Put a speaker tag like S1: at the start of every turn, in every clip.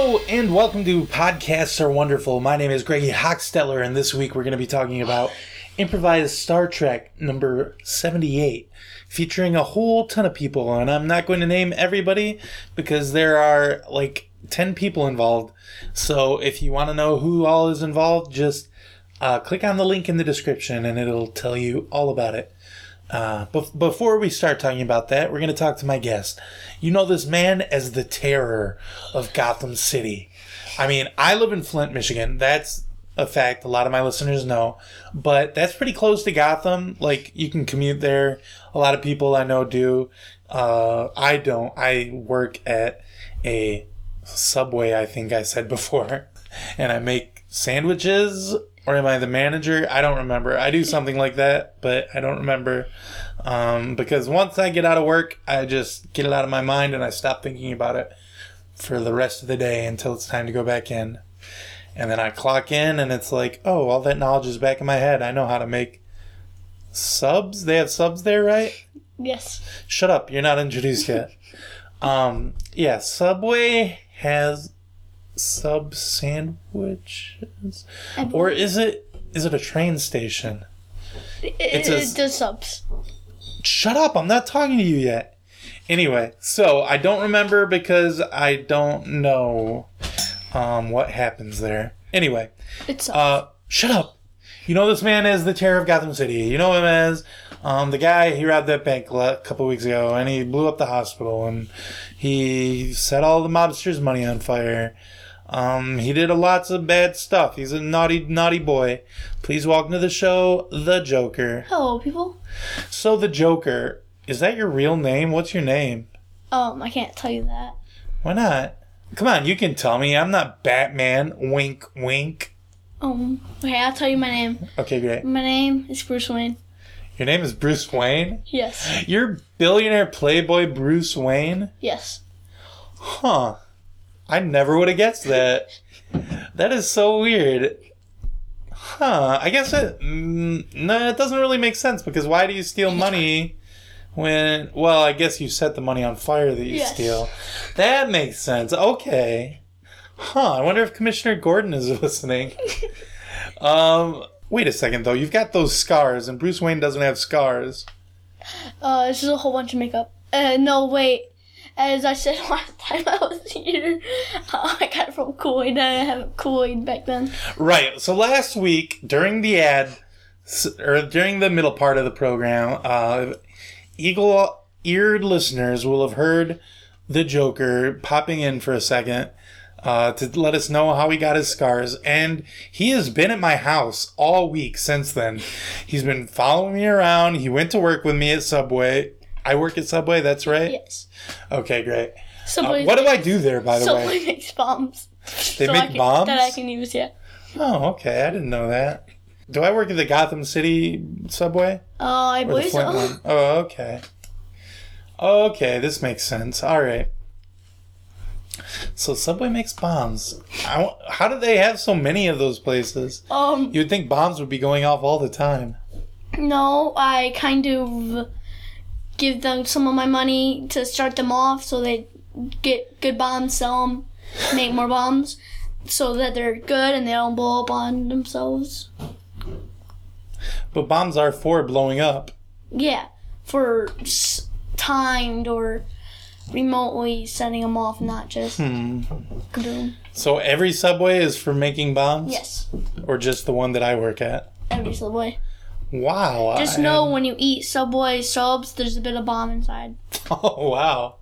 S1: welcome to Podcasts Are Wonderful. My name is Greggy Hochsteller, and this week we're going to be talking about improvised Star Trek number 78, featuring a whole ton of people. And I'm not going to name everybody because there are like 10 people involved. So if you want to know who all is involved, just uh, click on the link in the description and it'll tell you all about it. Uh, bef- before we start talking about that, we're going to talk to my guest. You know this man as the terror of Gotham City. I mean, I live in Flint, Michigan. That's a fact. A lot of my listeners know, but that's pretty close to Gotham. Like, you can commute there. A lot of people I know do. Uh, I don't. I work at a subway, I think I said before, and I make sandwiches. Or am I the manager? I don't remember. I do something like that, but I don't remember. Um, because once I get out of work, I just get it out of my mind and I stop thinking about it for the rest of the day until it's time to go back in. And then I clock in and it's like, oh, all that knowledge is back in my head. I know how to make subs. They have subs there, right?
S2: Yes.
S1: Shut up. You're not introduced yet. um, yeah, Subway has sub sandwiches.
S2: I
S1: Or is it is it a train station?
S2: It,
S1: It's
S2: it,
S1: a-
S2: does subs.
S1: Shut up, I'm not talking to you yet. Anyway, so I don't remember because I don't know um, what happens there. Anyway,
S2: It's subs.
S1: uh, shut up. You know this man as the terror of Gotham City. You know him as um, the guy he robbed that bank a couple weeks ago, and he blew up the hospital, and he set all the mobsters' money on fire. Um, he did a lots of bad stuff. He's a naughty, naughty boy. Please welcome to the show, the Joker.
S2: Hello, people.
S1: So the Joker is that your real name? What's your name?
S2: Um, I can't tell you that.
S1: Why not? Come on, you can tell me. I'm not Batman. Wink, wink.
S2: Um, okay, I'll tell you my name.
S1: Okay, great.
S2: My name is Bruce Wayne.
S1: Your name is Bruce Wayne.
S2: Yes.
S1: You're billionaire playboy Bruce Wayne?
S2: Yes.
S1: Huh. I never would have guessed that. that is so weird. Huh. I guess it. Mm, no, it doesn't really make sense because why do you steal money when. Well, I guess you set the money on fire that you
S2: Yes.
S1: steal. That makes sense. Okay. Huh. I wonder if Commissioner Gordon is listening. um. Wait a second, though. You've got those scars, and Bruce Wayne doesn't have scars.
S2: Uh, this is a whole bunch of makeup. Uh, no, wait. As I said last time I was here, uh, I got it from Kool-Aid. I didn't have Kool-Aid back then.
S1: Right. So last week during the ad, s- or during the middle part of the program, uh, eagle-eared listeners will have heard the Joker popping in for a second uh, to let us know how he got his scars, and he has been at my house all week since then. He's been following me around. He went to work with me at Subway. I work at Subway. That's right.
S2: Yes.
S1: Okay, great. Uh,
S2: Somebody,
S1: what do I do there, by the way?
S2: somebody makes bombs.
S1: They
S2: So I
S1: make
S2: can-
S1: bombs.
S2: That I can use, yeah.
S1: Oh, okay. I didn't know that. Do I work at the Gotham City subway?
S2: Uh, I
S1: Or the
S2: believe
S1: Flint
S2: so.
S1: one? Oh, okay. Okay, this makes sense. All right. So Subway makes bombs. I w how do they have so many of those places?
S2: Um,
S1: You'd think bombs would be going off all the time.
S2: No, I kind of give them some of my money to start them off so they get good bombs, sell them, make more bombs so that they're good and they don't blow up on themselves.
S1: But bombs are for blowing up.
S2: Yeah, for s- timed or remotely sending them off, not just
S1: Hmm.
S2: kaboom.
S1: So every subway is for making bombs?
S2: Yes,
S1: Or just the one that I work at?
S2: every subway.
S1: Wow.
S2: Just
S1: I
S2: know
S1: am-
S2: when you eat subway subs, there's a bit of bomb inside.
S1: Oh wow!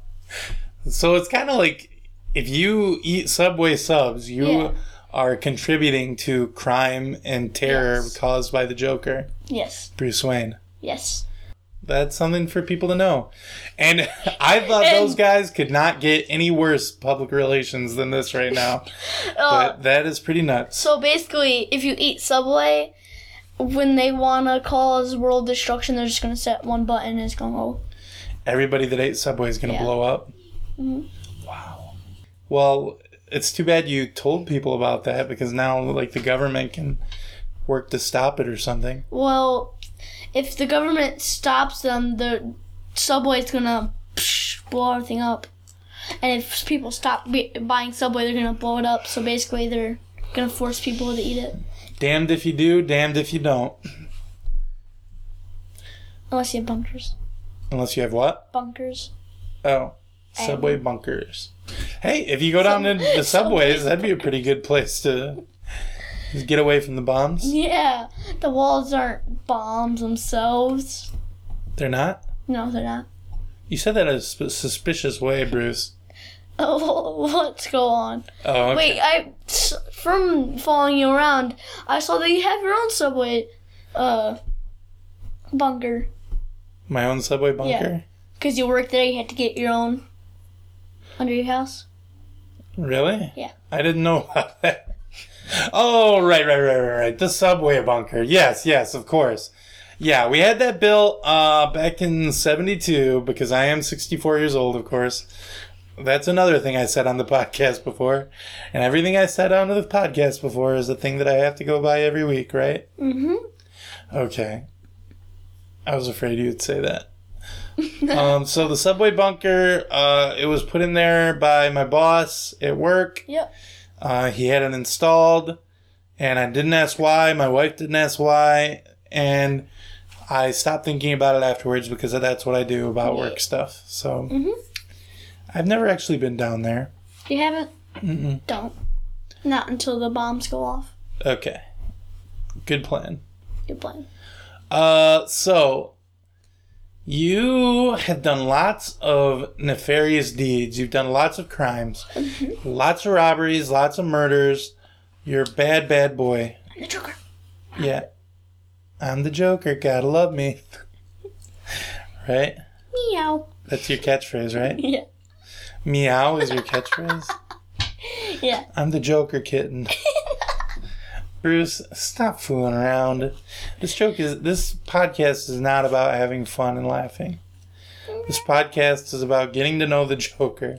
S1: So it's kind of like if you eat Subway subs, you
S2: Yeah.
S1: are contributing to crime and terror
S2: Yes.
S1: caused by the Joker,
S2: Yes,
S1: Bruce Wayne.
S2: yes.
S1: That's something for people to know. And I thought
S2: And-
S1: those guys could not get any worse public relations than this right now.
S2: Uh,
S1: But that is pretty nuts.
S2: So basically, if you eat Subway, when they want to cause world destruction, they're just going to set one button and it's going to go.
S1: Everybody that ate Subway is going to
S2: Yeah.
S1: blow up.
S2: Mhm.
S1: Wow. Well, it's too bad you told people about that because now, like, the government can work to stop it or something.
S2: Well, if the government stops them, the Subway's going to blow everything up. And if people stop be- buying Subway, they're gonna blow it up. So basically, they're gonna force people to eat it,
S1: Damned if you do, damned if you don't.
S2: unless you have bunkers.
S1: Unless you have what?
S2: Bunkers.
S1: Oh, subway bunkers. Hey, if you go down to the subways, that'd be a pretty good place to just get away from the bombs.
S2: Yeah, the walls aren't bombs themselves.
S1: They're not?
S2: No, they're not.
S1: You said that in a sp- suspicious way, Bruce.
S2: Oh, let's go on.
S1: Oh, okay.
S2: Wait, I s- from following you around, I saw that you have your own subway, uh, bunker.
S1: My own subway bunker?
S2: Cause you worked there, you had to get your own under your house.
S1: Really?
S2: Yeah.
S1: I didn't know about that. Oh, right, right, right, right, right. The subway bunker. Yes, yes, of course. Yeah, we had that built uh, back in 72 because I am 64 years old, of course. That's another thing I said on the podcast before. And everything I said on the podcast before is the thing that I have to go by every week, right?
S2: Mm-hmm.
S1: Okay. I was afraid you'd say that. um, so the subway bunker, uh, it was put in there by my boss at work.
S2: Yep.
S1: Uh, he had it installed, and I didn't ask why. My wife didn't ask why, and I stopped thinking about it afterwards because that's what I do about work stuff. So
S2: Mhm.
S1: I've never actually been down there.
S2: You haven't?
S1: Mm-mm.
S2: Don't. Not until the bombs go off.
S1: Okay, good plan.
S2: Good plan.
S1: Uh, so you have done lots of nefarious deeds. You've done lots of crimes, lots of robberies, lots of murders. You're a bad, bad boy.
S2: I'm the Joker.
S1: Yeah. I'm the Joker. Gotta love me. right?
S2: Meow.
S1: That's your catchphrase, right?
S2: Yeah.
S1: Meow is your catchphrase?
S2: Yeah.
S1: I'm the Joker kitten. Bruce, stop fooling around. This joke is this podcast is not about having fun and laughing. This podcast is about getting to know the Joker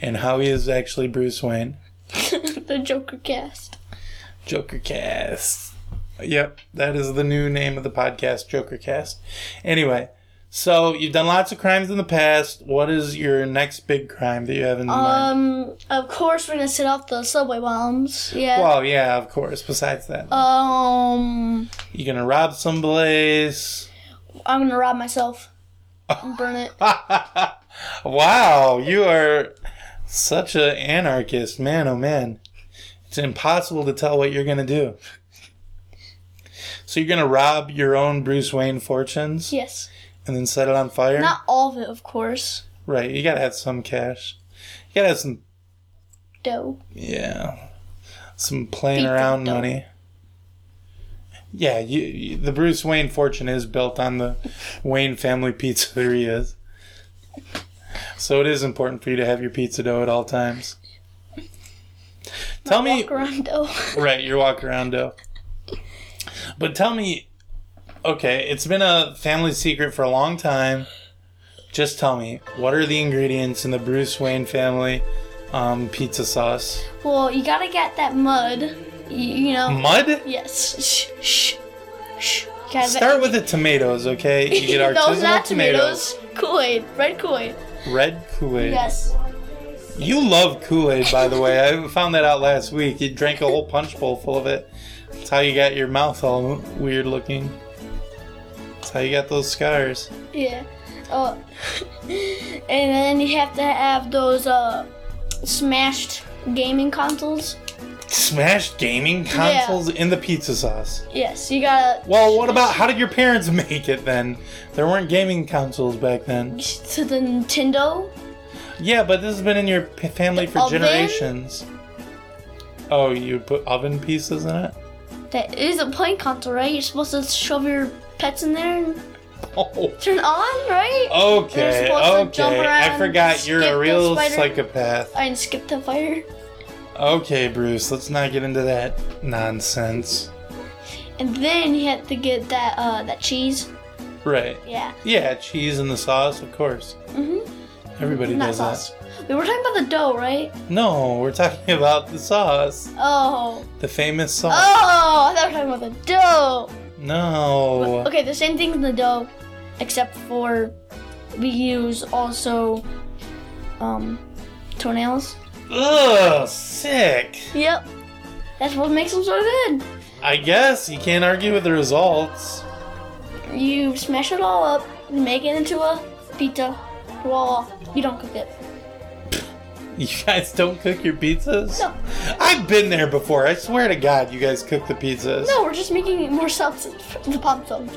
S1: and how he is actually Bruce Wayne.
S2: the Joker cast.
S1: Joker Cast. Yep, that is the new name of the podcast, Joker Cast. Anyway, so you've done lots of crimes in the past. What is your next big crime that you have in mind?
S2: Um, of course we're gonna set off the subway bombs. Yeah.
S1: Well, yeah, of course. Besides that,
S2: Um,
S1: you're gonna rob some place.
S2: I'm gonna rob myself. And burn it.
S1: wow, you are such an anarchist, man. Oh man, it's impossible to tell what you're gonna do. So you're gonna rob your own Bruce Wayne fortunes
S2: Yes.
S1: and then set it on fire?
S2: Not all of it, of course.
S1: Right, you gotta have some cash. You gotta have some,
S2: Dough.
S1: yeah, some playing
S2: Beat the
S1: around
S2: dough.
S1: money. Yeah, you, you, the Bruce Wayne fortune is built on the Wayne family pizzerias. So it is important for you to have your pizza dough at all times. Tell me,
S2: Walk around dough.
S1: right, your walk around dough. But tell me, okay, it's been a family secret for a long time. Just tell me, what are the ingredients in the Bruce Wayne family um, pizza sauce?
S2: well, you gotta get that mud. You, you know.
S1: Mud?
S2: Yes. Shh. Shh. Shh. You gotta-
S1: Start with the tomatoes, okay? You get artisanal
S2: Those not
S1: tomatoes,
S2: tomatoes. Kool Aid. Red Kool Aid.
S1: red Kool Aid.
S2: Yes.
S1: You love Kool Aid, by the way. I found that out last week. You drank a whole punch bowl full of it. That's how you got your mouth all weird looking. That's how you got those scars.
S2: Yeah. Oh. and then you have to have those uh smashed gaming consoles.
S1: Smashed gaming consoles in the pizza sauce.
S2: Yes. You gotta.
S1: Well, what about how did your parents make it then? There weren't gaming consoles back then.
S2: To the Nintendo.
S1: Yeah, but this has been in your p- family for
S2: Oven?
S1: generations. Oh, you put oven pieces in it?
S2: That is a playing console, right? You're supposed to shove your pets in there and
S1: Oh.
S2: turn it on, right? They're
S1: Okay,
S2: supposed to jump
S1: okay. I
S2: around,
S1: forgot you're
S2: skip
S1: a
S2: the
S1: real
S2: spider.
S1: psychopath.
S2: And skip the fire.
S1: Okay, Bruce, let's not get into that nonsense.
S2: And then you have to get that uh that cheese.
S1: Right.
S2: Yeah.
S1: Yeah, cheese in the sauce, of course.
S2: Mhm.
S1: Everybody
S2: Not
S1: does
S2: sauce. We were talking about the dough, right?
S1: that. No, we're talking about the sauce.
S2: Oh.
S1: The famous sauce.
S2: Oh, I thought we were talking about the dough.
S1: No.
S2: Okay, the same thing's in the dough, except for we use also um toenails.
S1: Ugh, sick.
S2: Yep. That's what makes them so good.
S1: I guess you can't argue with the results.
S2: You smash it all up, you make it into a pizza. Voila. You don't cook it.
S1: You guys don't cook your pizzas?
S2: No.
S1: I've been there before. I swear to God, you guys cook the pizzas.
S2: No, we're just making it more substance for the pop film.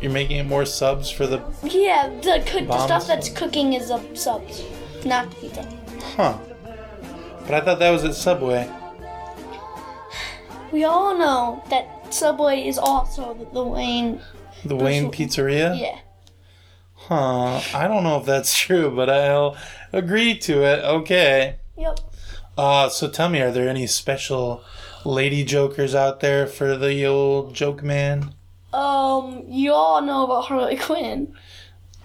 S1: You're making it more subs for the.
S2: Yeah, the, cook, the
S1: Bomb
S2: stuff that's cooking is a subs, not the pizza.
S1: Huh. But I thought that was at Subway.
S2: We all know that Subway is also the, the Wayne.
S1: The Wayne
S2: what-
S1: Pizzeria?
S2: Yeah.
S1: Huh. I don't know if that's true, but I'll agree to it. Okay.
S2: Yep.
S1: Uh, so tell me, are there any special lady jokers out there for the old joke man?
S2: Um, you all know about Harley Quinn.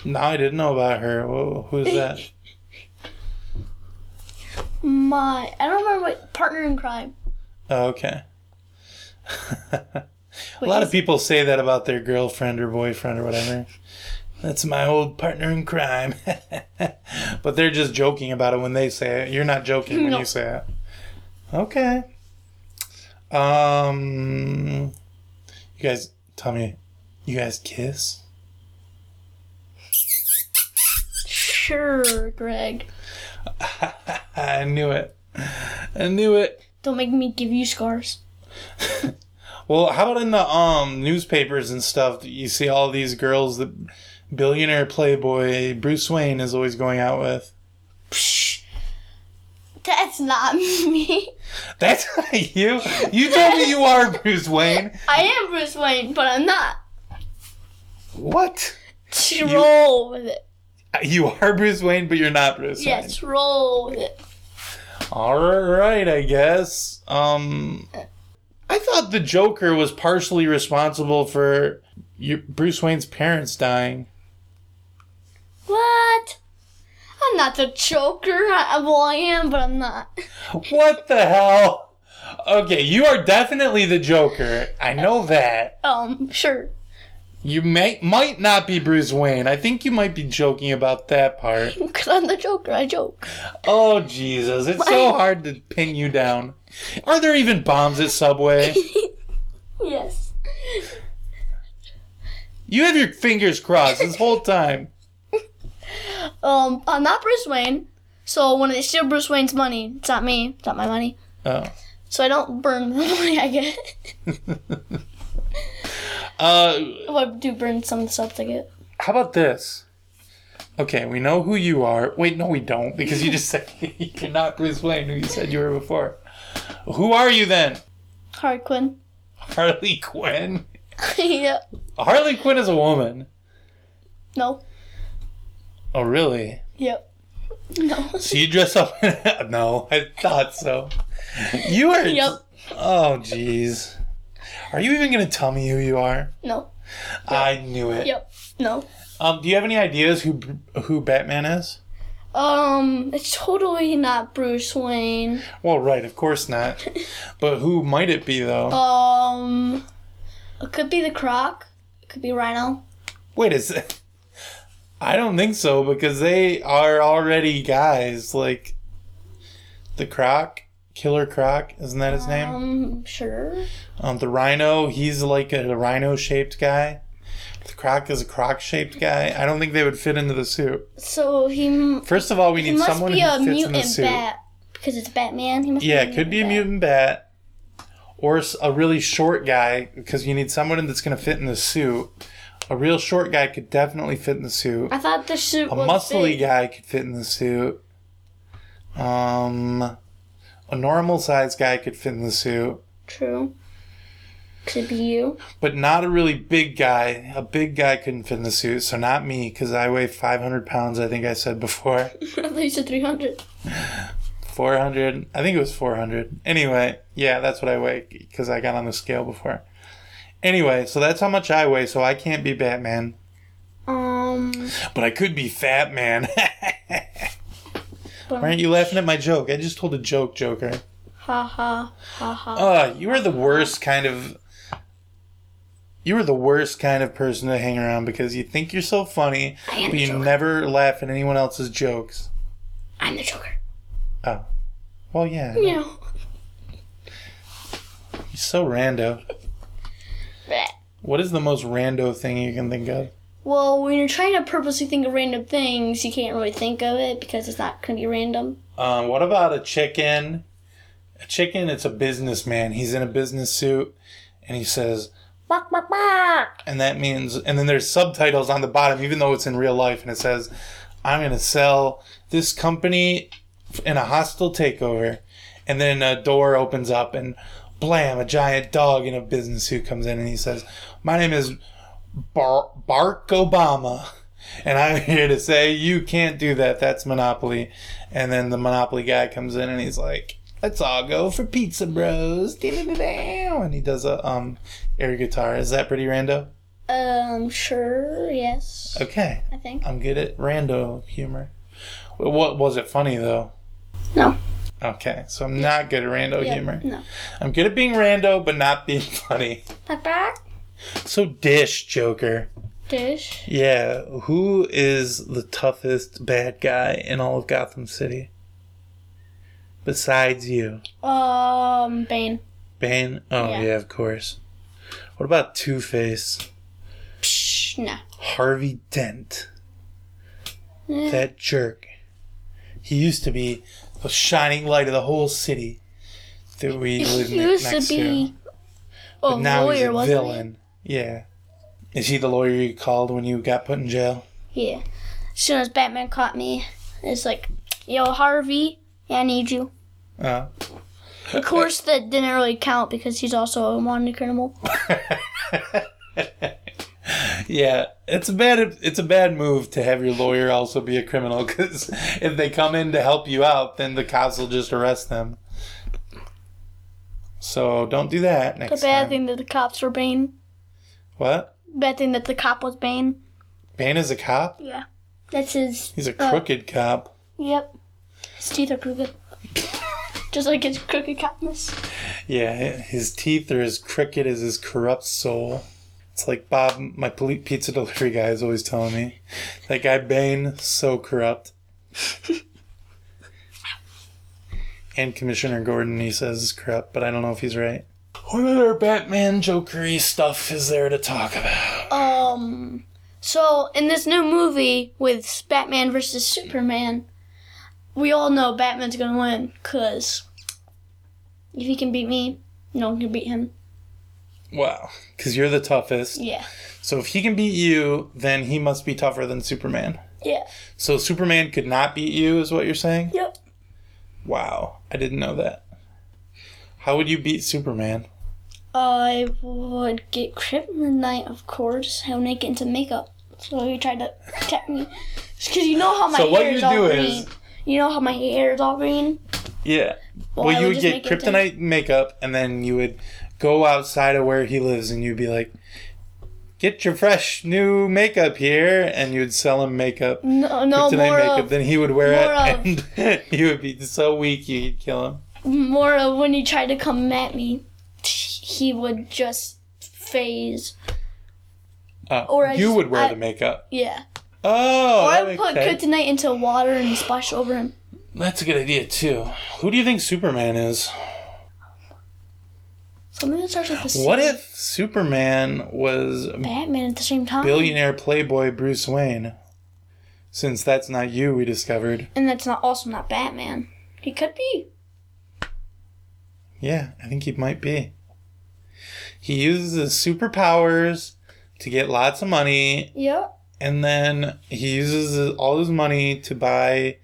S1: No, I didn't know about her. Whoa, who's that?
S2: My, I don't remember what partner in crime.
S1: Oh, okay. A
S2: Wait,
S1: lot
S2: is-
S1: of people say that about their girlfriend or boyfriend or whatever. That's my old partner in crime. but they're just joking about it when they say it. You're not joking when
S2: No.
S1: you say it. Okay. Um you guys tell me you guys kiss?
S2: Sure, Greg.
S1: I knew it. I knew it.
S2: Don't make me give you scars.
S1: Well, how about in the um newspapers and stuff? You see all these girls that billionaire playboy Bruce Wayne is always going out with.
S2: Psh. That's not me.
S1: That's not you. You told me you are Bruce Wayne.
S2: I am Bruce Wayne, but I'm not.
S1: What?
S2: Just roll with it.
S1: You are Bruce Wayne, but you're not Bruce
S2: Yes, roll with it.
S1: Wayne. All right, I guess. Um, I thought the Joker was partially responsible for your, Bruce Wayne's parents dying.
S2: What? I'm not the Joker. I, well, I am, but I'm not.
S1: What the hell? Okay, you are definitely the Joker. I know that.
S2: Um, sure.
S1: You may might not be Bruce Wayne. I think you might be joking about that part.
S2: Because I'm the Joker. I joke.
S1: Oh Jesus, it's so hard to pin you down. Are there even bombs at Subway?
S2: Yes.
S1: You have your fingers crossed this whole time.
S2: Um, I'm not Bruce Wayne. So when they steal Bruce Wayne's money, it's not me. It's not my money.
S1: Oh.
S2: So I don't burn the money I get.
S1: Uh,
S2: Well, I do burn some of the stuff I get.
S1: how about this? Okay, we know who you are. Wait, no, we don't, because you just said you're not Bruce Wayne, who you said you were before. Who are you then?
S2: Harley Quinn.
S1: Harley Quinn.
S2: yep.
S1: Harley Quinn is a woman.
S2: No.
S1: Oh, really?
S2: Yep. No.
S1: Do you dress up? no, I thought so. You are.
S2: Yep.
S1: Oh, jeez. Are you even gonna tell me who you are?
S2: No.
S1: I knew it.
S2: Yep. No.
S1: Um, do you have any ideas who who Batman is?
S2: Um, it's totally not Bruce Wayne.
S1: Well, right, of course not. but who might it be though?
S2: Uh, Um, it could be the Croc. It could be Rhino.
S1: Wait a sec. I don't think so because they are already guys like the Croc, Killer Croc, isn't that his name?
S2: Um, sure.
S1: Um, the Rhino, he's like a rhino-shaped guy. The Croc is a croc-shaped guy. I don't think they would fit into the suit.
S2: So he, m-
S1: First of all, we
S2: he
S1: need
S2: must
S1: someone
S2: be a
S1: who fits in the
S2: mutant
S1: suit.
S2: bat because it's Batman. He must
S1: Yeah,
S2: be
S1: it could be a mutant bat, or s- a really short guy because you need someone that's going to fit in the suit. A real short guy could definitely fit in the suit.
S2: I thought the suit
S1: A
S2: was
S1: muscly
S2: big.
S1: guy could fit in the suit. Um, a normal sized guy could fit in the suit,
S2: True. Could be you.
S1: but not a really big guy. A big guy couldn't fit in the suit, so not me because I weigh 500 pounds. I think I said before.
S2: At least a three hundred.
S1: 400 i think it was 400 anyway yeah that's what i weigh because i got on the scale before anyway so that's how much i weigh so i can't be batman
S2: Um,
S1: but i could be fat man
S2: but-
S1: why aren't you laughing at my joke i just told a joke joker
S2: ha ha ha ha.
S1: uh you are the worst kind of you are the worst kind of person to hang around because you think you're so funny
S2: I am
S1: but
S2: a
S1: you
S2: joker.
S1: never laugh at anyone else's jokes
S2: I'm the Joker.
S1: Oh. Well, yeah.
S2: You know.
S1: He's so rando.
S2: Bleh.
S1: What is the most rando thing you can think of?
S2: Well, when you're trying to purposely think of random things, you can't really think of it because it's not going to be random.
S1: Um, what about a chicken? A chicken, it's a businessman. He's in a business suit and he says,
S2: Bark, bark, bark.
S1: and that means, and then there's subtitles on the bottom, even though it's in real life, and it says, I'm going to sell this company in a hostile takeover. And then a door opens up and blam, a giant dog in a business suit comes in and he says, My name is Bar- Bark Obama. And I'm here to say you can't do that. That's Monopoly. And then the Monopoly guy comes in and he's like, "Let's all go for pizza, bros!" Da-da-da-da. And he does a um air guitar. Is that pretty rando?
S2: Um, sure, yes,
S1: Okay,
S2: I think.
S1: I'm good at rando humor. Wh- What was it funny though?
S2: No.
S1: Okay, so I'm not good at rando
S2: Yeah,
S1: humor.
S2: No.
S1: I'm good at being rando, but not being funny.
S2: Bark, bark.
S1: So dish Joker.
S2: Dish.
S1: Yeah, who is the toughest bad guy in all of Gotham City? Besides you.
S2: Um, Bane.
S1: Bane? Oh, yeah,
S2: Yeah.
S1: of course. What about Two Face?
S2: Psh, no.
S1: Harvey Dent.
S2: Eh,
S1: That jerk. He used to be the shining light of the whole city that we lived
S2: he
S1: ne-
S2: used
S1: next
S2: to be a
S1: But now he's
S2: lawyer,
S1: a
S2: wasn't
S1: villain. Yeah. Is he the lawyer you called when you got put in jail?
S2: he? Yeah. As soon as Batman caught me, it's like, yo, Harvey, yeah, I need you.
S1: Oh.
S2: Of course, that didn't really count because he's also a wanted criminal.
S1: Yeah, it's a bad it's a bad move to have your lawyer also be a criminal because if they come in to help you out, then the cops will just arrest them. So don't do that
S2: The
S1: next
S2: bad
S1: time.
S2: thing that the cops were Bane.
S1: What?
S2: Bad thing that the cop was Bane.
S1: Bane is a cop.
S2: Yeah. That's his.
S1: He's a
S2: uh,
S1: crooked cop.
S2: Yep. His teeth are crooked. Just like his crooked copness.
S1: Yeah, hi- his teeth are as crooked as his corrupt soul. It's like Bob, my poli- pizza delivery guy, is always telling me. That guy Bane, so corrupt. and Commissioner Gordon, he says, is corrupt, but I don't know if he's right. What other Batman Jokery stuff is there to talk about?
S2: Um. So in this new movie with Batman versus Superman, we all know Batman's gonna win, cause if he can beat me, no one can beat him.
S1: Wow, because you're the toughest.
S2: Yeah.
S1: So if he can beat you, then he must be tougher than Superman.
S2: Yeah.
S1: So Superman could not beat you, is what you're saying?
S2: Yep.
S1: Wow, I didn't know that. How would you beat Superman?
S2: I would get kryptonite, of course. I would make it into makeup. So he tried to protect me. Because you know how my
S1: So what
S2: hair
S1: you
S2: is all
S1: do
S2: green.
S1: is-
S2: You know how my hair is all green?
S1: Yeah. Well,
S2: I
S1: you would
S2: just
S1: get
S2: make it into-
S1: kryptonite makeup, and then you would go outside of where he lives, and you'd be like, "Get your fresh new makeup here," and you'd sell him makeup,
S2: No, no
S1: kryptonite
S2: more
S1: makeup.
S2: of,
S1: then he would wear
S2: more
S1: it, and you would be so weak you'd kill him.
S2: more of when he tried to come at me, he would just phase.
S1: Uh,
S2: Or I
S1: you
S2: just-
S1: would wear
S2: I-
S1: the makeup.
S2: Yeah.
S1: Oh,
S2: Or I
S1: that
S2: would
S1: makes
S2: put
S1: sense.
S2: kryptonite into water and splash over him.
S1: that's a good idea too. Who do you think Superman is?
S2: Something that starts with a C.
S1: What if Superman was
S2: Batman at the same time.
S1: billionaire playboy Bruce Wayne? Since that's not you, we discovered.
S2: And that's not also not Batman. He could be.
S1: Yeah, I think he might be. He uses his superpowers to get lots of money,
S2: Yep.
S1: and then he uses all his money to buy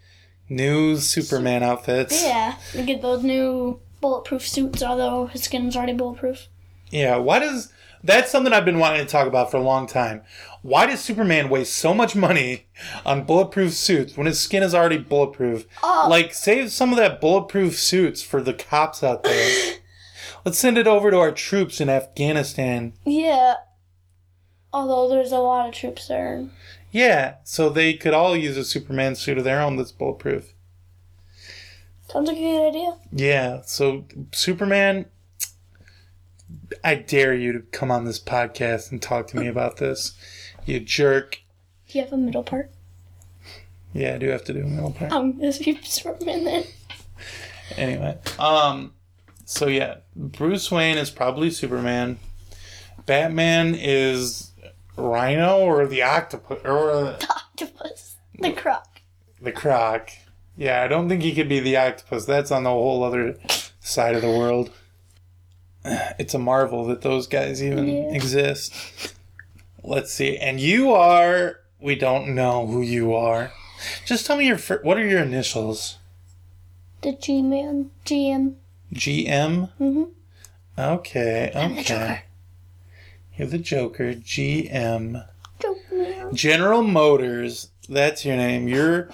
S1: new Superman outfits.
S2: Yeah, we get those new bulletproof suits, although his skin's already bulletproof.
S1: Yeah, why does that's something I've been wanting to talk about for a long time. Why does Superman waste so much money on bulletproof suits when his skin is already bulletproof?
S2: Oh.
S1: Like save some of that bulletproof suits for the cops out there. Let's send it over to our troops in Afghanistan.
S2: Yeah. Although there's a lot of troops there.
S1: Yeah, so they could all use a Superman suit of their own that's bulletproof.
S2: Sounds like a good idea.
S1: Yeah, so Superman, I dare you to come on this podcast and talk to me about this. You jerk.
S2: Do you have a middle part?
S1: Yeah, I do have to do a middle part.
S2: I'm gonna be Superman then.
S1: Anyway, um, so yeah, Bruce Wayne is probably Superman. Batman is Rhino or the octopus or
S2: The octopus. The croc.
S1: the Croc. Yeah, I don't think he could be the octopus. That's on the whole other side of the world. It's a marvel that those guys even
S2: Yeah.
S1: exist. Let's see. And you are. We don't know who you are. Just tell me your. Fir- what are your initials?
S2: The G Man. GM.
S1: GM?
S2: Mhm.
S1: Okay, okay.
S2: the Joker.
S1: You're the Joker. GM.
S2: Joke Man.
S1: General Motors. That's your name. You're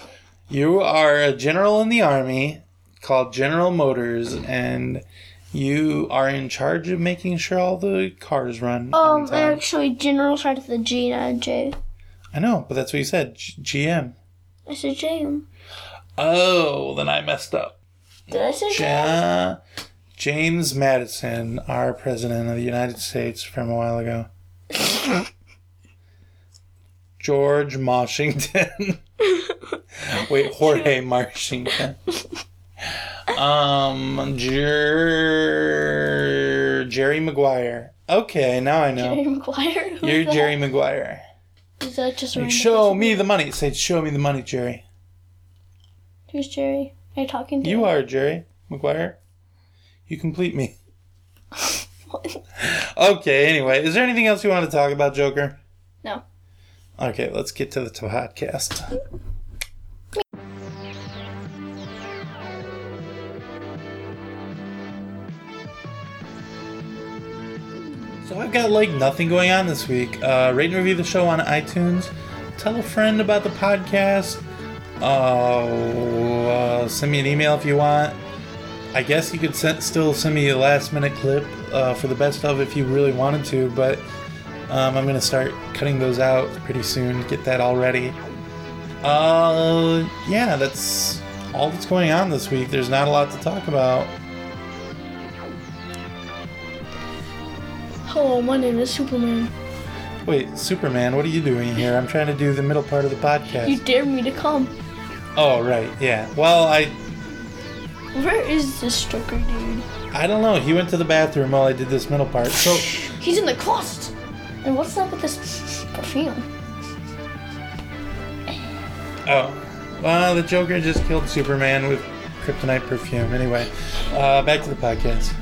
S1: you are a general in the army called General Motors and you are in charge of making sure all the cars run. on
S2: Um,
S1: time.
S2: actually, General starts with a G, not a J.
S1: I know, but that's what you said. G- GM.
S2: I said JM.
S1: Oh, then I messed up.
S2: Did I say JM?
S1: Ja- James Madison, our president of the United States from a while ago. George Washington. Wait, Jorge Washington. Um, Jer- Jerry Maguire. Okay, now I know.
S2: Jerry Maguire? Who's
S1: You're
S2: that?
S1: Jerry Maguire.
S2: Is that just a
S1: Like,
S2: random
S1: show
S2: person?
S1: me the money. Say, show me the money, Jerry.
S2: Who's Jerry? Are you talking to
S1: You
S2: me?
S1: are Jerry Maguire. You complete me.
S2: What?
S1: Okay, anyway, is there anything else you want to talk about, Joker?
S2: No.
S1: Okay, let's get to the podcast. So I've got like nothing going on this week. Uh, rate and review the show on iTunes. Tell a friend about the podcast. Uh, uh, send me an email if you want. I guess you could send, still send me a last minute clip uh, for the best of if you really wanted to, but um, I'm going to start cutting those out pretty soon, get that all ready. Uh, yeah, that's all that's going on this week. There's not a lot to talk about.
S2: Hello, my name is Superman.
S1: Wait, Superman, what are you doing here? I'm trying to do the middle part of the
S2: You
S1: podcast.
S2: dare me to come.
S1: Oh, right, yeah. Well, I
S2: Where is this Joker dude?
S1: I don't know. He went to the bathroom while I did this middle part. So,
S2: He's in the closet. And what's up with this perfume?
S1: oh, well, the Joker just killed Superman with kryptonite perfume. Anyway, uh, back to the podcast.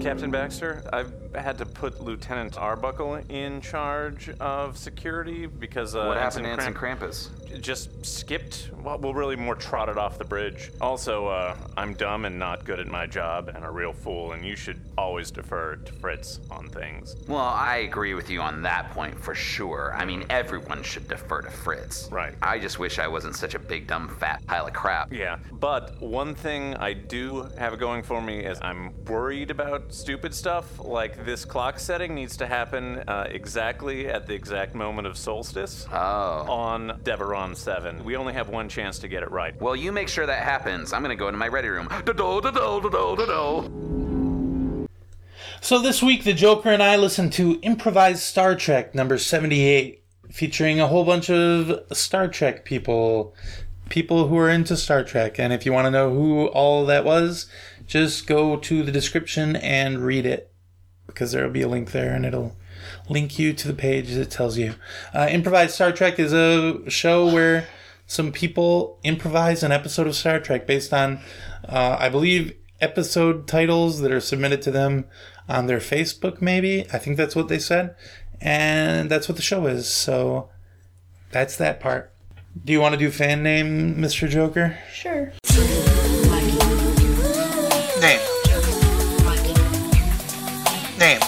S3: Captain Baxter, I've had to put Lieutenant Arbuckle in charge of security because uh,
S4: What happened to
S3: Ensign
S4: Anson
S3: Cramp
S4: Krampus?
S3: just skipped. Well, well, really more trotted off the bridge. Also, uh, I'm dumb and not good at my job and a real fool, and you should always defer to Fritz on things.
S4: Well, I agree with you on that point for sure. I mean, everyone should defer to Fritz.
S3: Right.
S4: I just wish I wasn't such a big, dumb, fat pile of crap.
S3: Yeah, but one thing I do have going for me is I'm worried about stupid stuff. Like this clock setting needs to happen uh, exactly at the exact moment of solstice.
S4: Oh.
S3: on Deveron 7. We only have one chance to get it right.
S4: Well, you make sure that happens. I'm gonna go into my ready room. Da-do, da-do, da-do, da-do.
S1: So this week, the Joker and I listened to improvised Star Trek number seventy-eight, featuring a whole bunch of Star Trek people, people who are into Star Trek. And if you want to know who all that was, just go to the description and read it, because there will be a link there, and it'll link you to the page that tells you. Uh, improvised Star Trek is a show where some people improvise an episode of Star Trek based on, uh, I believe, episode titles that are submitted to them on their Facebook, maybe. I think that's what they said. And that's what the show is. So that's that part. Do you want to do fan name, Mr. Joker?
S2: Sure.
S1: Name. Name.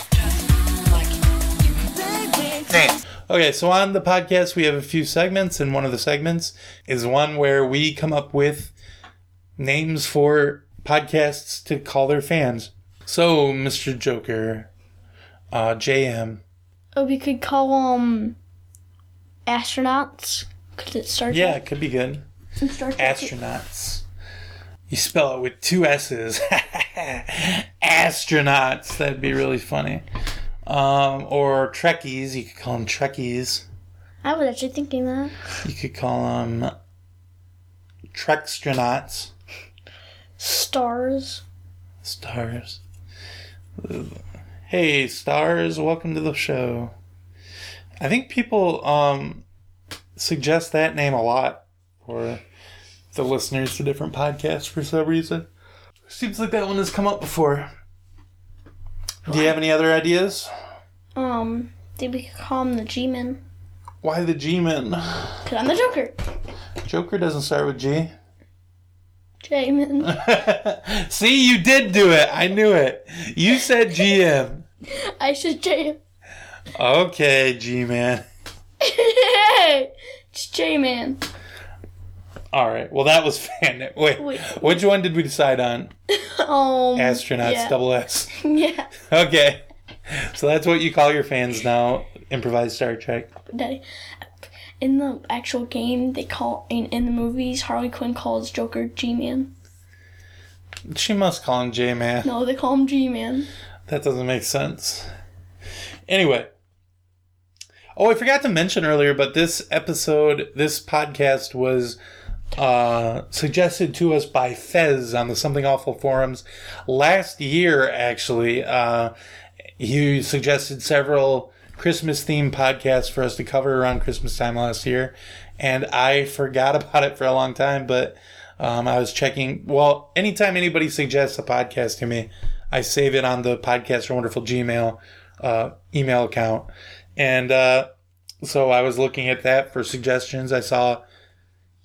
S1: Name. Okay, so on the podcast, we have a few segments, and one of the segments is one where we come up with names for podcasts to call their fans. So, Mr. Joker, uh, JM.
S2: Oh, we could call them astronauts. Because it starts
S1: Yeah, it could be good.
S2: with Star Trek.
S1: Astronauts. You spell it with two S's. Astronauts. That'd be really funny. um, or Trekkies. You could call them Trekkies.
S2: I was actually thinking that.
S1: You could call them Trekstronauts.
S2: Stars.
S1: Stars. Hey, stars, welcome to the show. I think people um, suggest that name a lot for the listeners to different podcasts for some reason. Seems like that one has come up before. Do you have any other ideas?
S2: Um, did we call him the G-Man?
S1: Why the G Men?
S2: Cause I'm the Joker.
S1: Joker doesn't start with G.
S2: J-Man.
S1: See, you did do it. I knew it. You said GM.
S2: I should J.
S1: Okay, G Man.
S2: it's J-Man.
S1: All right. Well, that was fan. Wait,
S2: Wait.
S1: which one did we decide on?
S2: Um.
S1: Astronauts,
S2: yeah.
S1: double S.
S2: Yeah,
S1: Okay. So that's what you call your fans now. Improvised Star Trek.
S2: Daddy. In the actual game, they call in, in the movies Harley Quinn calls Joker G-Man.
S1: She must call him J Man.
S2: No, they call him G-Man.
S1: That doesn't make sense. Anyway. Oh, I forgot to mention earlier, but this episode, this podcast was uh, suggested to us by Fez on the Something Awful forums last year, actually. Uh, he suggested several Christmas themed podcasts for us to cover around Christmas time last year. And I forgot about it for a long time, but um, I was checking. Well, anytime anybody suggests a podcast to me, I save it on the podcast or wonderful Gmail uh, email account. And uh, so I was looking at that for suggestions. I saw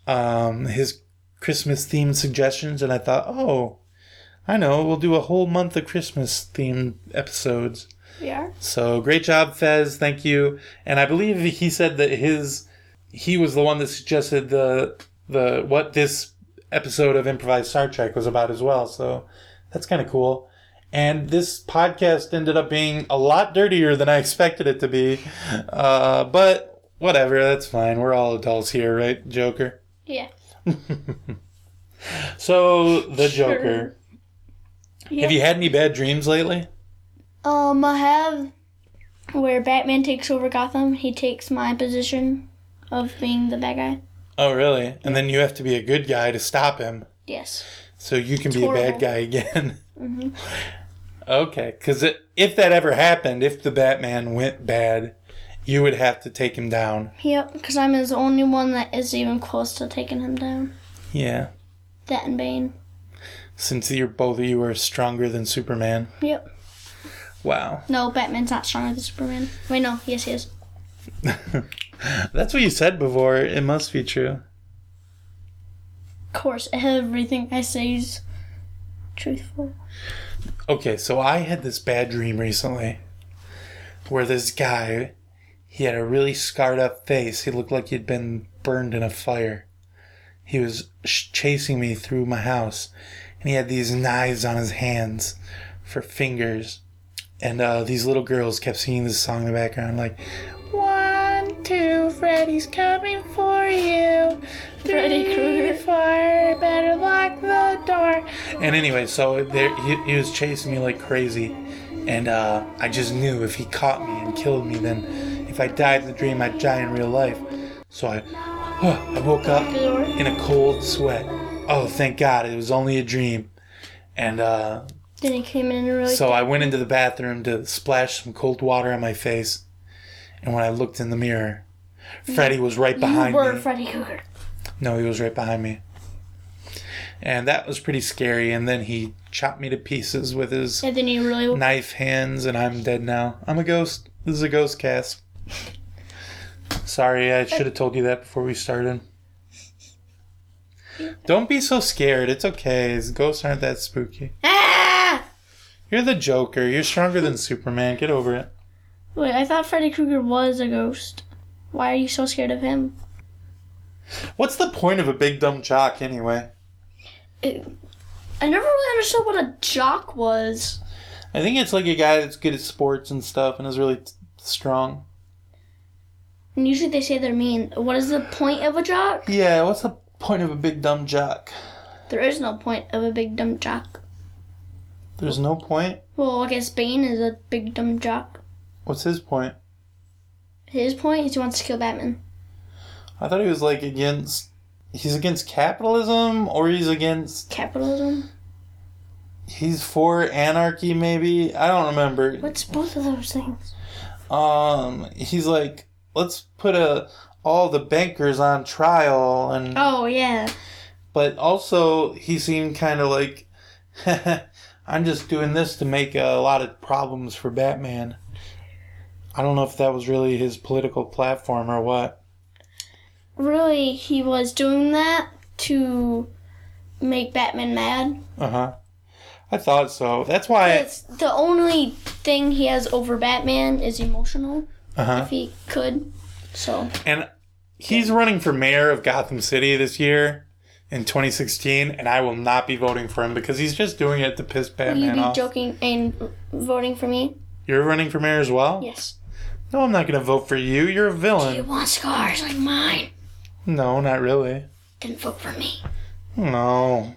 S1: um, his Christmas themed suggestions, and I thought, oh, I know, we'll do a whole month of Christmas themed episodes.
S2: Yeah.
S1: So great job, Fez. Thank you. And I believe he said that his he was the one that suggested the the what this episode of improvised Star Trek was about as well. So that's kind of cool. And this podcast ended up being a lot dirtier than I expected it to be. Uh, but whatever, that's fine. We're all adults here, right, Joker?
S2: Yeah.
S1: So the
S2: Sure.
S1: Joker.
S2: Yeah.
S1: Have you had any bad dreams lately?
S2: Um, I have where Batman takes over Gotham. He takes my position of being the bad guy.
S1: Oh, really? And then you have to be a good guy to stop him.
S2: Yes.
S1: So you can be a bad
S2: horrible.
S1: guy again. Mm-hmm. Okay, because if that ever happened, if the Batman went bad, you would have to take him down.
S2: Yep, because I'm his only one that is even close to taking him down.
S1: Yeah,
S2: That and Bane.
S1: since you're both of you are stronger than Superman.
S2: Yep.
S1: Wow,
S2: No, Batman's not stronger than Superman. Wait, no. Yes, he is.
S1: that's what you said before. It must be true.
S2: Of course, everything I say is truthful.
S1: Okay, so I had this bad dream recently where this guy, he had a really scarred up face. He looked like he'd been burned in a fire. He was sh- chasing me through my house, and he had these knives on his hands for fingers. And uh, these little girls kept singing this song in the background, like, One, two, Freddy's coming for you.
S2: Freddy Krueger.
S1: Fire, better lock the door. And anyway, so there, he, he was chasing me like crazy, and uh, I just knew if he caught me and killed me, then if I died in the dream, I'd die in real life. So I, I woke up in a cold sweat. Oh, thank God, it was only a dream. And uh,
S2: Then he came in and really.
S1: so I went into the bathroom to splash some cold water on my face, and when I looked in the mirror, Freddy was right
S2: you
S1: behind
S2: were
S1: me.
S2: Freddy Krueger.
S1: No, he was right behind me. And that was pretty scary. And then he chopped me to pieces with his
S2: And then you really.
S1: knife hands, and I'm dead now. I'm a ghost. This is a ghost cast. Sorry, I should have told you that before we started. Don't be so scared. It's okay. Ghosts aren't that spooky.
S2: Ah!
S1: You're the Joker. You're stronger than Superman. Get over it.
S2: Wait, I thought Freddy Krueger was a ghost. Why are you so scared of him?
S1: What's the point of a big dumb jock anyway?
S2: It, I never really understood what a jock was.
S1: I think it's like a guy that's good at sports and stuff and is really t- strong.
S2: And usually they say they're mean. What is the point of a jock?
S1: Yeah, what's the point of a big dumb jock?
S2: There is no point of a big dumb jock.
S1: There's no point.
S2: Well, I guess Bane is a big dumb jock.
S1: What's his point?
S2: His point is he wants to kill Batman.
S1: I thought he was like against. He's against capitalism, or he's against.
S2: Capitalism?
S1: He's for anarchy, maybe. I don't remember.
S2: What's both of those things?
S1: Um, he's like, let's put a all the bankers on trial, and
S2: Oh, yeah.
S1: but also he seemed kind of like, I'm just doing this to make a lot of problems for Batman. I don't know if that was really his political platform or what.
S2: Really, he was doing that to make Batman mad.
S1: Uh huh. I thought so. That's why.
S2: It's the only thing he has over Batman is emotional.
S1: Uh huh.
S2: If he could. So,
S1: And he's running for mayor of Gotham City this year in 2016, and I will not be voting for him because he's just doing it to piss
S2: will you
S1: Batman
S2: be
S1: off.
S2: joking and voting for me?
S1: You're running for mayor as well?
S2: Yes.
S1: No, I'm not going to vote for you. You're a
S2: You
S1: villain.
S2: want scars like mine?
S1: No, not really.
S2: Then vote for me.
S1: No.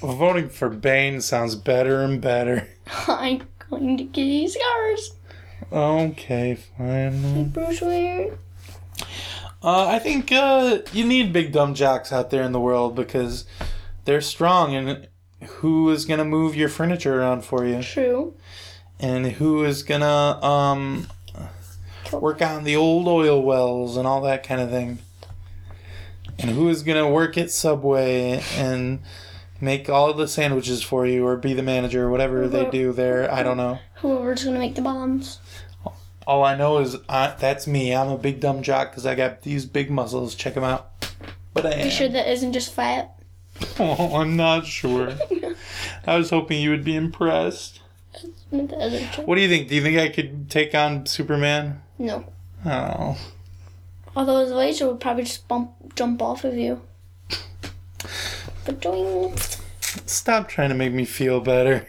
S1: Voting for Bane sounds better and better.
S2: I'm going to get these scars.
S1: Okay, fine.
S2: Bruce Wayne.
S1: Uh, I think uh, you need big dumb jocks out there in the world because they're strong and who is going to move your furniture around for you?
S2: True.
S1: and who is gonna um work on the old oil wells and all that kind of thing and who is gonna work at subway and make all the sandwiches for you or be the manager or whatever they do there i don't know
S2: Whoever's gonna make the bombs.
S1: all i know is I, that's me i'm a big dumb jock because i got these big muscles check them out but i am.
S2: You sure that isn't just fat?
S1: oh, i'm not sure i was hoping you would be impressed
S2: Not the other joke.
S1: what do you think do you think i could take on superman
S2: No.
S1: oh
S2: Although his laser would probably just bump, jump off of you. But doing
S1: Stop trying to make me feel better.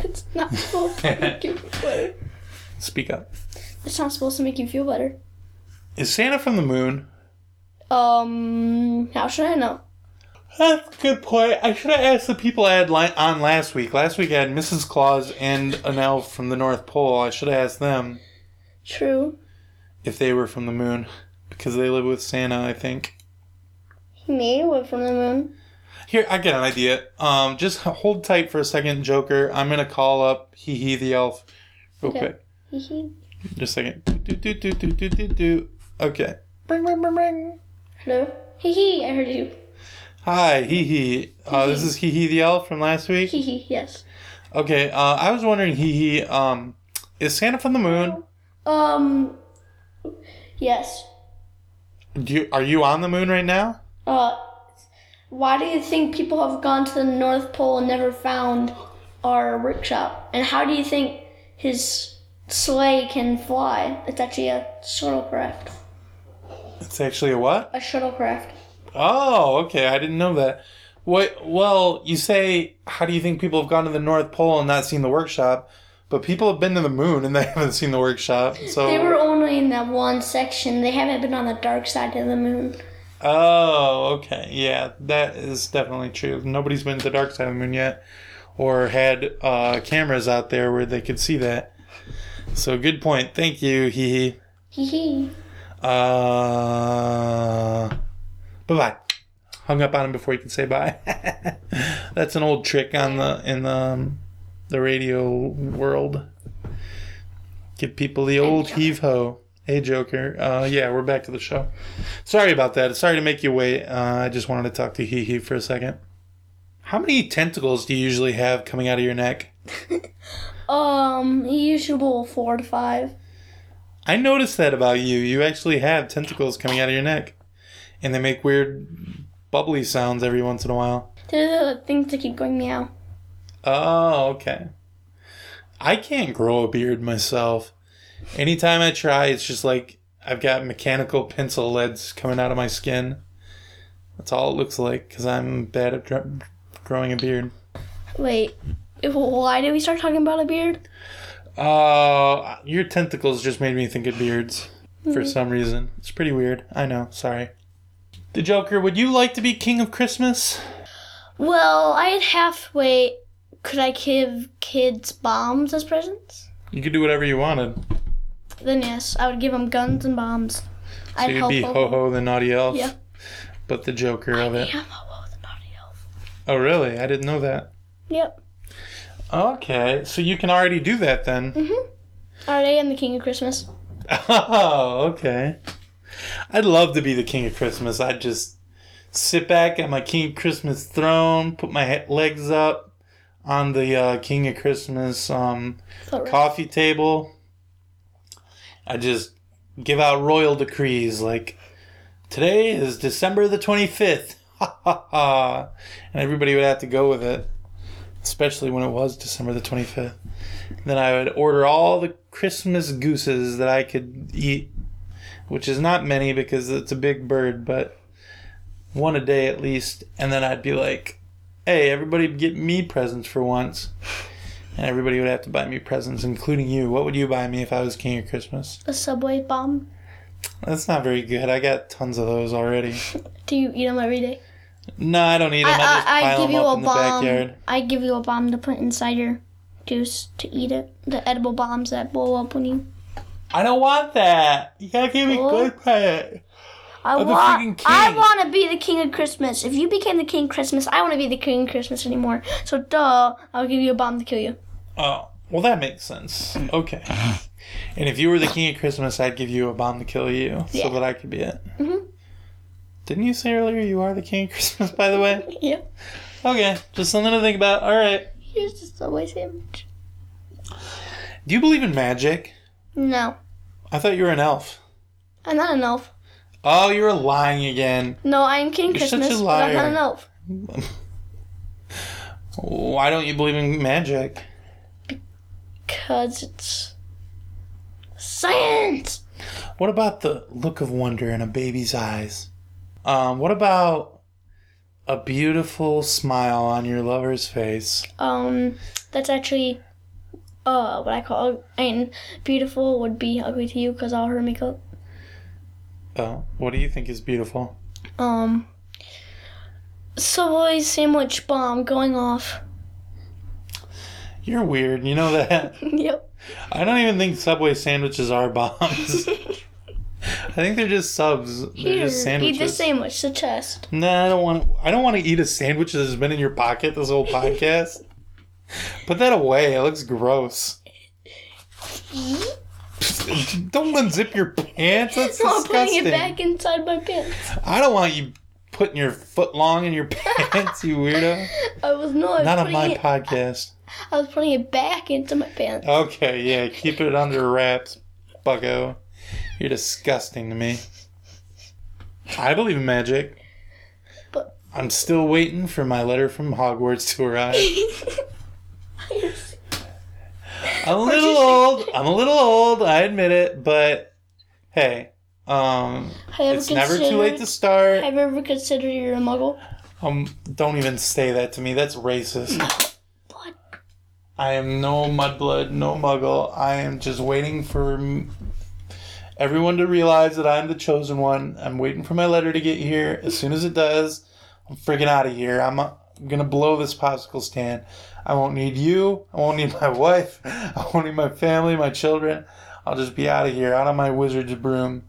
S2: it's not supposed to make you feel better.
S1: Speak up.
S2: It's not supposed to make you feel better.
S1: Is Santa from the moon?
S2: Um, how should I know?
S1: That's a good point. I should have asked the people I had li- on last week. Last week I had Mrs. Claus and an elf from the North Pole. I should have asked them
S2: True.
S1: if they were from the moon because they live with Santa, I think.
S2: Me went from the moon.
S1: Here, I get an idea. Um, just h- hold tight for a second, Joker. I'm gonna call up Hee Hee the elf real
S2: Okay.
S1: quick.
S2: Hee hee.
S1: Just a second. Do do do do do do do. Okay. Ring ring ring ring.
S2: Hello. Hee hee. I heard you.
S1: Hi, Hee Hee. Uh, this is Hee Hee the elf from last week.
S2: Hee hee. Yes.
S1: Okay, uh, I was wondering, he he, um, is Santa from the moon?
S2: Um. Yes.
S1: Do you, are you on the moon right now?
S2: Uh, why do you think people have gone to the North Pole and never found our workshop? And how do you think his sleigh can fly? It's actually a shuttlecraft.
S1: It's actually a what?
S2: A shuttlecraft.
S1: Oh, okay, I didn't know that. What? Well, you say, how do you think people have gone to the North Pole and not seen the workshop? But people have been to the moon and they haven't seen the workshop. So,
S2: They were only in that one section. They haven't been on the dark side of the moon.
S1: oh, okay, yeah, that is definitely true. Nobody's been to the dark side of the moon yet, or had uh, cameras out there where they could see that. So, good point. Thank you, hee hee.
S2: Hee hee.
S1: Uh, bye bye. Hung up on him before he could say bye. That's an old trick on the in the um, the radio world. Give people the old heave ho. Hey Joker. Uh, yeah, we're back to the show. Sorry about that. Sorry to make you wait. Uh, I just wanted to talk to Hee Hee for a second. How many tentacles do you usually have coming out of your neck?
S2: Um, usual four to five.
S1: I noticed that about you. You actually have tentacles coming out of your neck, and they make weird bubbly sounds every once in a while.
S2: They're the things that keep going meow.
S1: Oh, okay. I can't grow a beard myself. Anytime I try, it's just like I've got mechanical pencil leads coming out of my skin. That's all it looks like because I'm bad at dr- growing a beard.
S2: Wait, why did we start talking about a beard?
S1: Uh, your tentacles just made me think of beards
S2: Mm-hmm.
S1: for some reason. It's pretty weird. I know. Sorry. The Joker, would you like to be king of Christmas?
S2: Well, I had halfway. Could I give kids bombs as presents?
S1: You could do whatever you wanted. So
S2: Then yes, I would give him guns and bombs. I'd
S1: you'd
S2: help
S1: be
S2: Ho-
S1: Ho Ho the naughty elf,
S2: Yeah.
S1: but the Joker of it.
S2: Yeah, Ho-Ho the naughty elf.
S1: Oh, really? I didn't know that.
S2: Yep.
S1: Okay, so you can already do that then.
S2: Mm-hmm. Alright, I am the king of Christmas.
S1: Oh, okay. I'd love to be the king of Christmas. I'd just sit back at my king of Christmas throne, put my he- legs up on the uh, king of Christmas um,
S2: Foot rest.
S1: coffee table. I just give out royal decrees like, today is December the 25th. Ha ha ha. And everybody would have to go with it, especially when it was December the 25th. Then I would order all the Christmas gooses that I could eat, which is not many because it's a big bird, but one a day at least. And then I'd be like, hey, everybody get me presents for once. And everybody would have to buy me presents, including you. What would you buy me if I was King of Christmas?
S2: A subway bomb.
S1: That's not very good. I got tons of those already.
S2: Do you eat them every day?
S1: No, I don't eat them. I, just
S2: I, I, I
S1: pile
S2: give
S1: them up
S2: you a
S1: in the
S2: bomb.
S1: backyard.
S2: I give you a bomb to put inside your juice to eat it. The edible bombs that blow up when you.
S1: I don't want that. You gotta give me
S2: Oh.
S1: good credit.
S2: I
S1: the freaking
S2: want.
S1: king.
S2: I want to be the king of Christmas. If you became the king of Christmas, I want to be the king of Christmas anymore. So duh, I'll give you a bomb to kill you.
S1: Oh, well, that makes sense. Okay. And if you were the King of Christmas, I'd give you a bomb to kill you
S2: Yeah.
S1: so that I could be it. Mm-hmm. Didn't you say earlier you are the King of Christmas, by the way?
S2: Yeah.
S1: Okay, just something to think about. All right.
S2: Here's the subway sandwich.
S1: Do you believe in magic?
S2: No,
S1: I thought you were an elf.
S2: I'm not an elf.
S1: Oh, you were lying again.
S2: No, I am king
S1: You're such a
S2: Christmas, but I'm not
S1: liar.
S2: an elf
S1: Why don't you believe in magic?
S2: because it's science.
S1: What about the look of wonder in a baby's eyes? Um, what about a beautiful smile on your lover's face?
S2: um that's actually uh what I call I mean beautiful would be ugly to you because all her makeup
S1: Oh, what do you think is beautiful?
S2: um subway sandwich bomb going off.
S1: You're weird, you know that.
S2: yep.
S1: I don't even think Subway sandwiches are bombs. I think they're just subs. They're
S2: Here,
S1: just
S2: eat
S1: sandwiches.
S2: this sandwich, the chest.
S1: No, I don't want. I don't want to eat a sandwich that's been in your pocket this whole podcast. Put that away. It looks gross. don't unzip your pants. That's
S2: No, I'm
S1: disgusting.
S2: putting it back inside my pants.
S1: I don't want you putting your foot long in your pants, you weirdo.
S2: I was not,
S1: Not on
S2: putting
S1: my
S2: it,
S1: podcast.
S2: I was putting it back into my pants.
S1: Okay, yeah, keep it under wraps, bucko. You're disgusting to me. I believe in magic.
S2: But-
S1: I'm still waiting for my letter from Hogwarts to arrive. I'm a little old. I'm a little old, I admit it, but hey, um
S2: Have you
S1: it's never too late to
S2: considered-
S1: start.
S2: Have you ever considered you're a muggle?
S1: Um don't even say that to me. That's racist.
S2: What?
S1: I am no mudblood, no muggle. I am just waiting for m- everyone to realize that I'm the chosen one. I'm waiting for my letter to get here. As soon as it does, I'm freaking out of here. I'm, uh, gonna blow this popsicle stand. I won't need you. I won't need my wife. I won't need my family, my children. I'll just be out of here, out on my wizard's broom,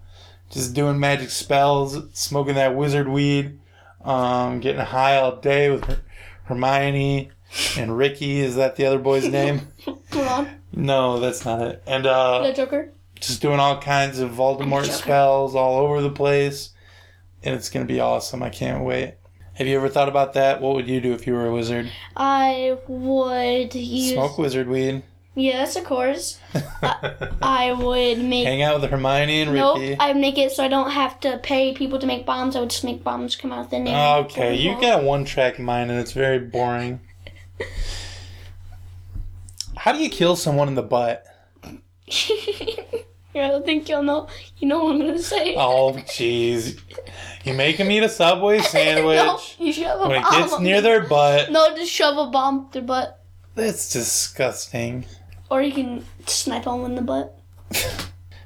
S1: just doing magic spells, smoking that wizard weed, um, getting high all day with Her- Hermione and Ricky. Is that the other boy's name?
S2: Ron,
S1: No, that's not it. And uh,
S2: the Joker.
S1: just doing all kinds of Voldemort spells all over the place, and it's gonna be awesome. I can't wait. Have you ever thought about that? What would you do if you were a wizard?
S2: I would use
S1: Smoke wizard weed,
S2: Yes, of course. I, I would make
S1: hang out with Hermione and Ricky.
S2: nope. I would make it so I don't have to pay people to make bombs. I would just make bombs come out of thin air. Oh.
S1: okay, you got a one-track mind, and it's very boring. How do you kill someone in the butt?
S2: Yeah, I don't think you'll know. You know what I'm gonna say.
S1: Oh, jeez. You make them eat a Subway sandwich.
S2: no, you shove a
S1: When it
S2: bomb.
S1: gets near their butt,
S2: No, just shove a bomb up their butt,
S1: that's disgusting.
S2: or you can snipe them in the butt.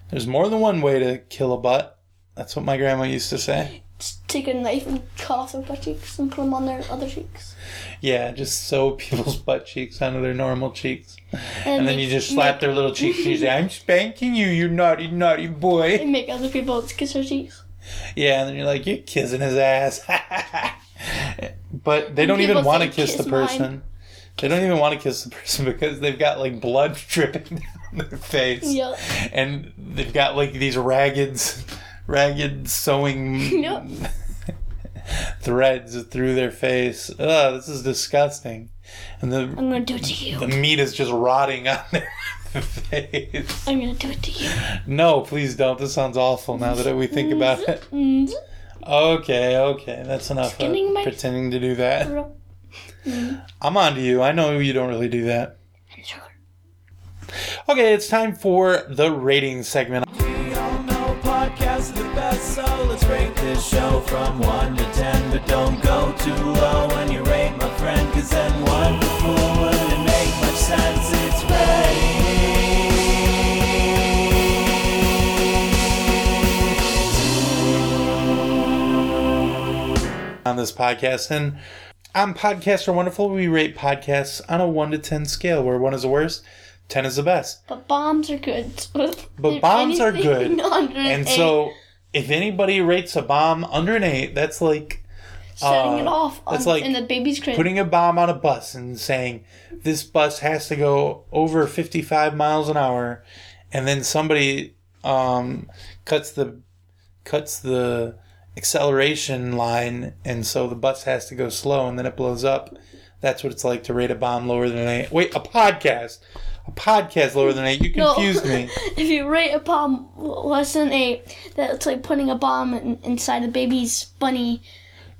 S1: There's more than one way to kill a butt. That's what my grandma used to say.
S2: just take a knife and cut off their butt cheeks and put them on their other cheeks.
S1: Yeah, just sew people's butt cheeks onto their normal cheeks.
S2: And,
S1: And then you just slap their little cheeks and you say, I'm spanking you, you naughty, naughty boy.
S2: and make other people kiss their cheeks.
S1: Yeah, and then you're like, you're kissing his ass. but they don't even
S2: People
S1: want to
S2: say,
S1: kiss the
S2: "Kiss mine."
S1: person. They don't even want to kiss the person because they've got like blood dripping down their face.
S2: Yeah.
S1: And they've got like these ragged, ragged sewing
S2: Yep.
S1: threads through their face. Ugh, this is disgusting. And the
S2: I'm gonna do it to you.
S1: the meat is just rotting on their face.
S2: I'm gonna do it to you.
S1: No, please don't. This sounds awful now that we think about it.
S2: Mm,
S1: Okay, okay. That's enough of
S2: Skinning my-
S1: pretending to do that.
S2: bro.
S1: I'm on to you. I know you don't really do that.
S2: I'm sure.
S1: Okay, it's time for the rating segment.
S5: We all know podcasts are the best, so let's rate this show from 1 to 10. But don't go too low when you rate my friend, cause then wonderful wouldn't make much sense. It's rating.
S1: on this podcast. And on Podcasts Are Wonderful, we rate podcasts on a 1 to 10 scale, where 1 is the worst, 10 is the best.
S2: But bombs are good.
S1: But bombs are good. And
S2: and
S1: so, if anybody rates a bomb under an 8, that's like
S2: setting it
S1: uh,
S2: off on,
S1: it's like
S2: in the baby's crib.
S1: putting a bomb on a bus and saying, this bus has to go over 55 miles an hour, and then somebody um, cuts the cuts the acceleration line, and so the bus has to go slow, and then it blows up. That's what it's like to rate a bomb lower than eight. Wait, a podcast, a podcast lower than eight. You
S2: No.
S1: confused me.
S2: if you rate a bomb less than eight, that's like putting a bomb in, inside a baby's bunny.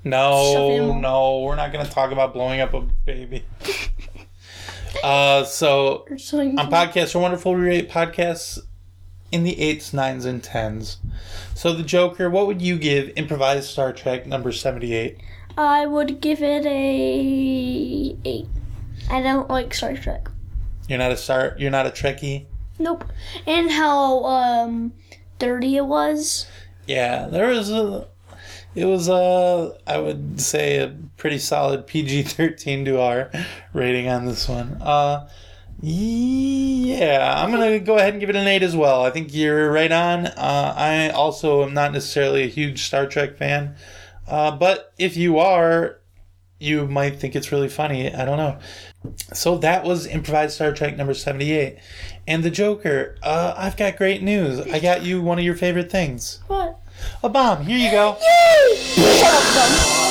S2: Shove
S1: No,
S2: him.
S1: no, we're not going to talk about blowing up a baby. Uh, so
S2: or something.
S1: on podcasts are wonderful. We rate podcasts in the eights, nines, and tens. So the Joker, what would you give improvised Star Trek number seventy-eight?
S2: I would give it a eight. I don't like Star Trek.
S1: You're not a star. You're not a Trekkie.
S2: Nope. And how um dirty it was.
S1: Yeah, there was a. It was a. I would say a pretty solid PG thirteen to R rating on this one. Uh, yeah, I'm gonna go ahead and give it an eight as well. I think you're right on. Uh, I also am not necessarily a huge Star Trek fan, uh, but if you are, you might think it's really funny. I don't know. So that was improvised Star Trek number seventy-eight, and the Joker. Uh, I've got great news. I got you one of your favorite things.
S2: What?
S1: A bomb. Here you go.
S2: Shut up, dumb.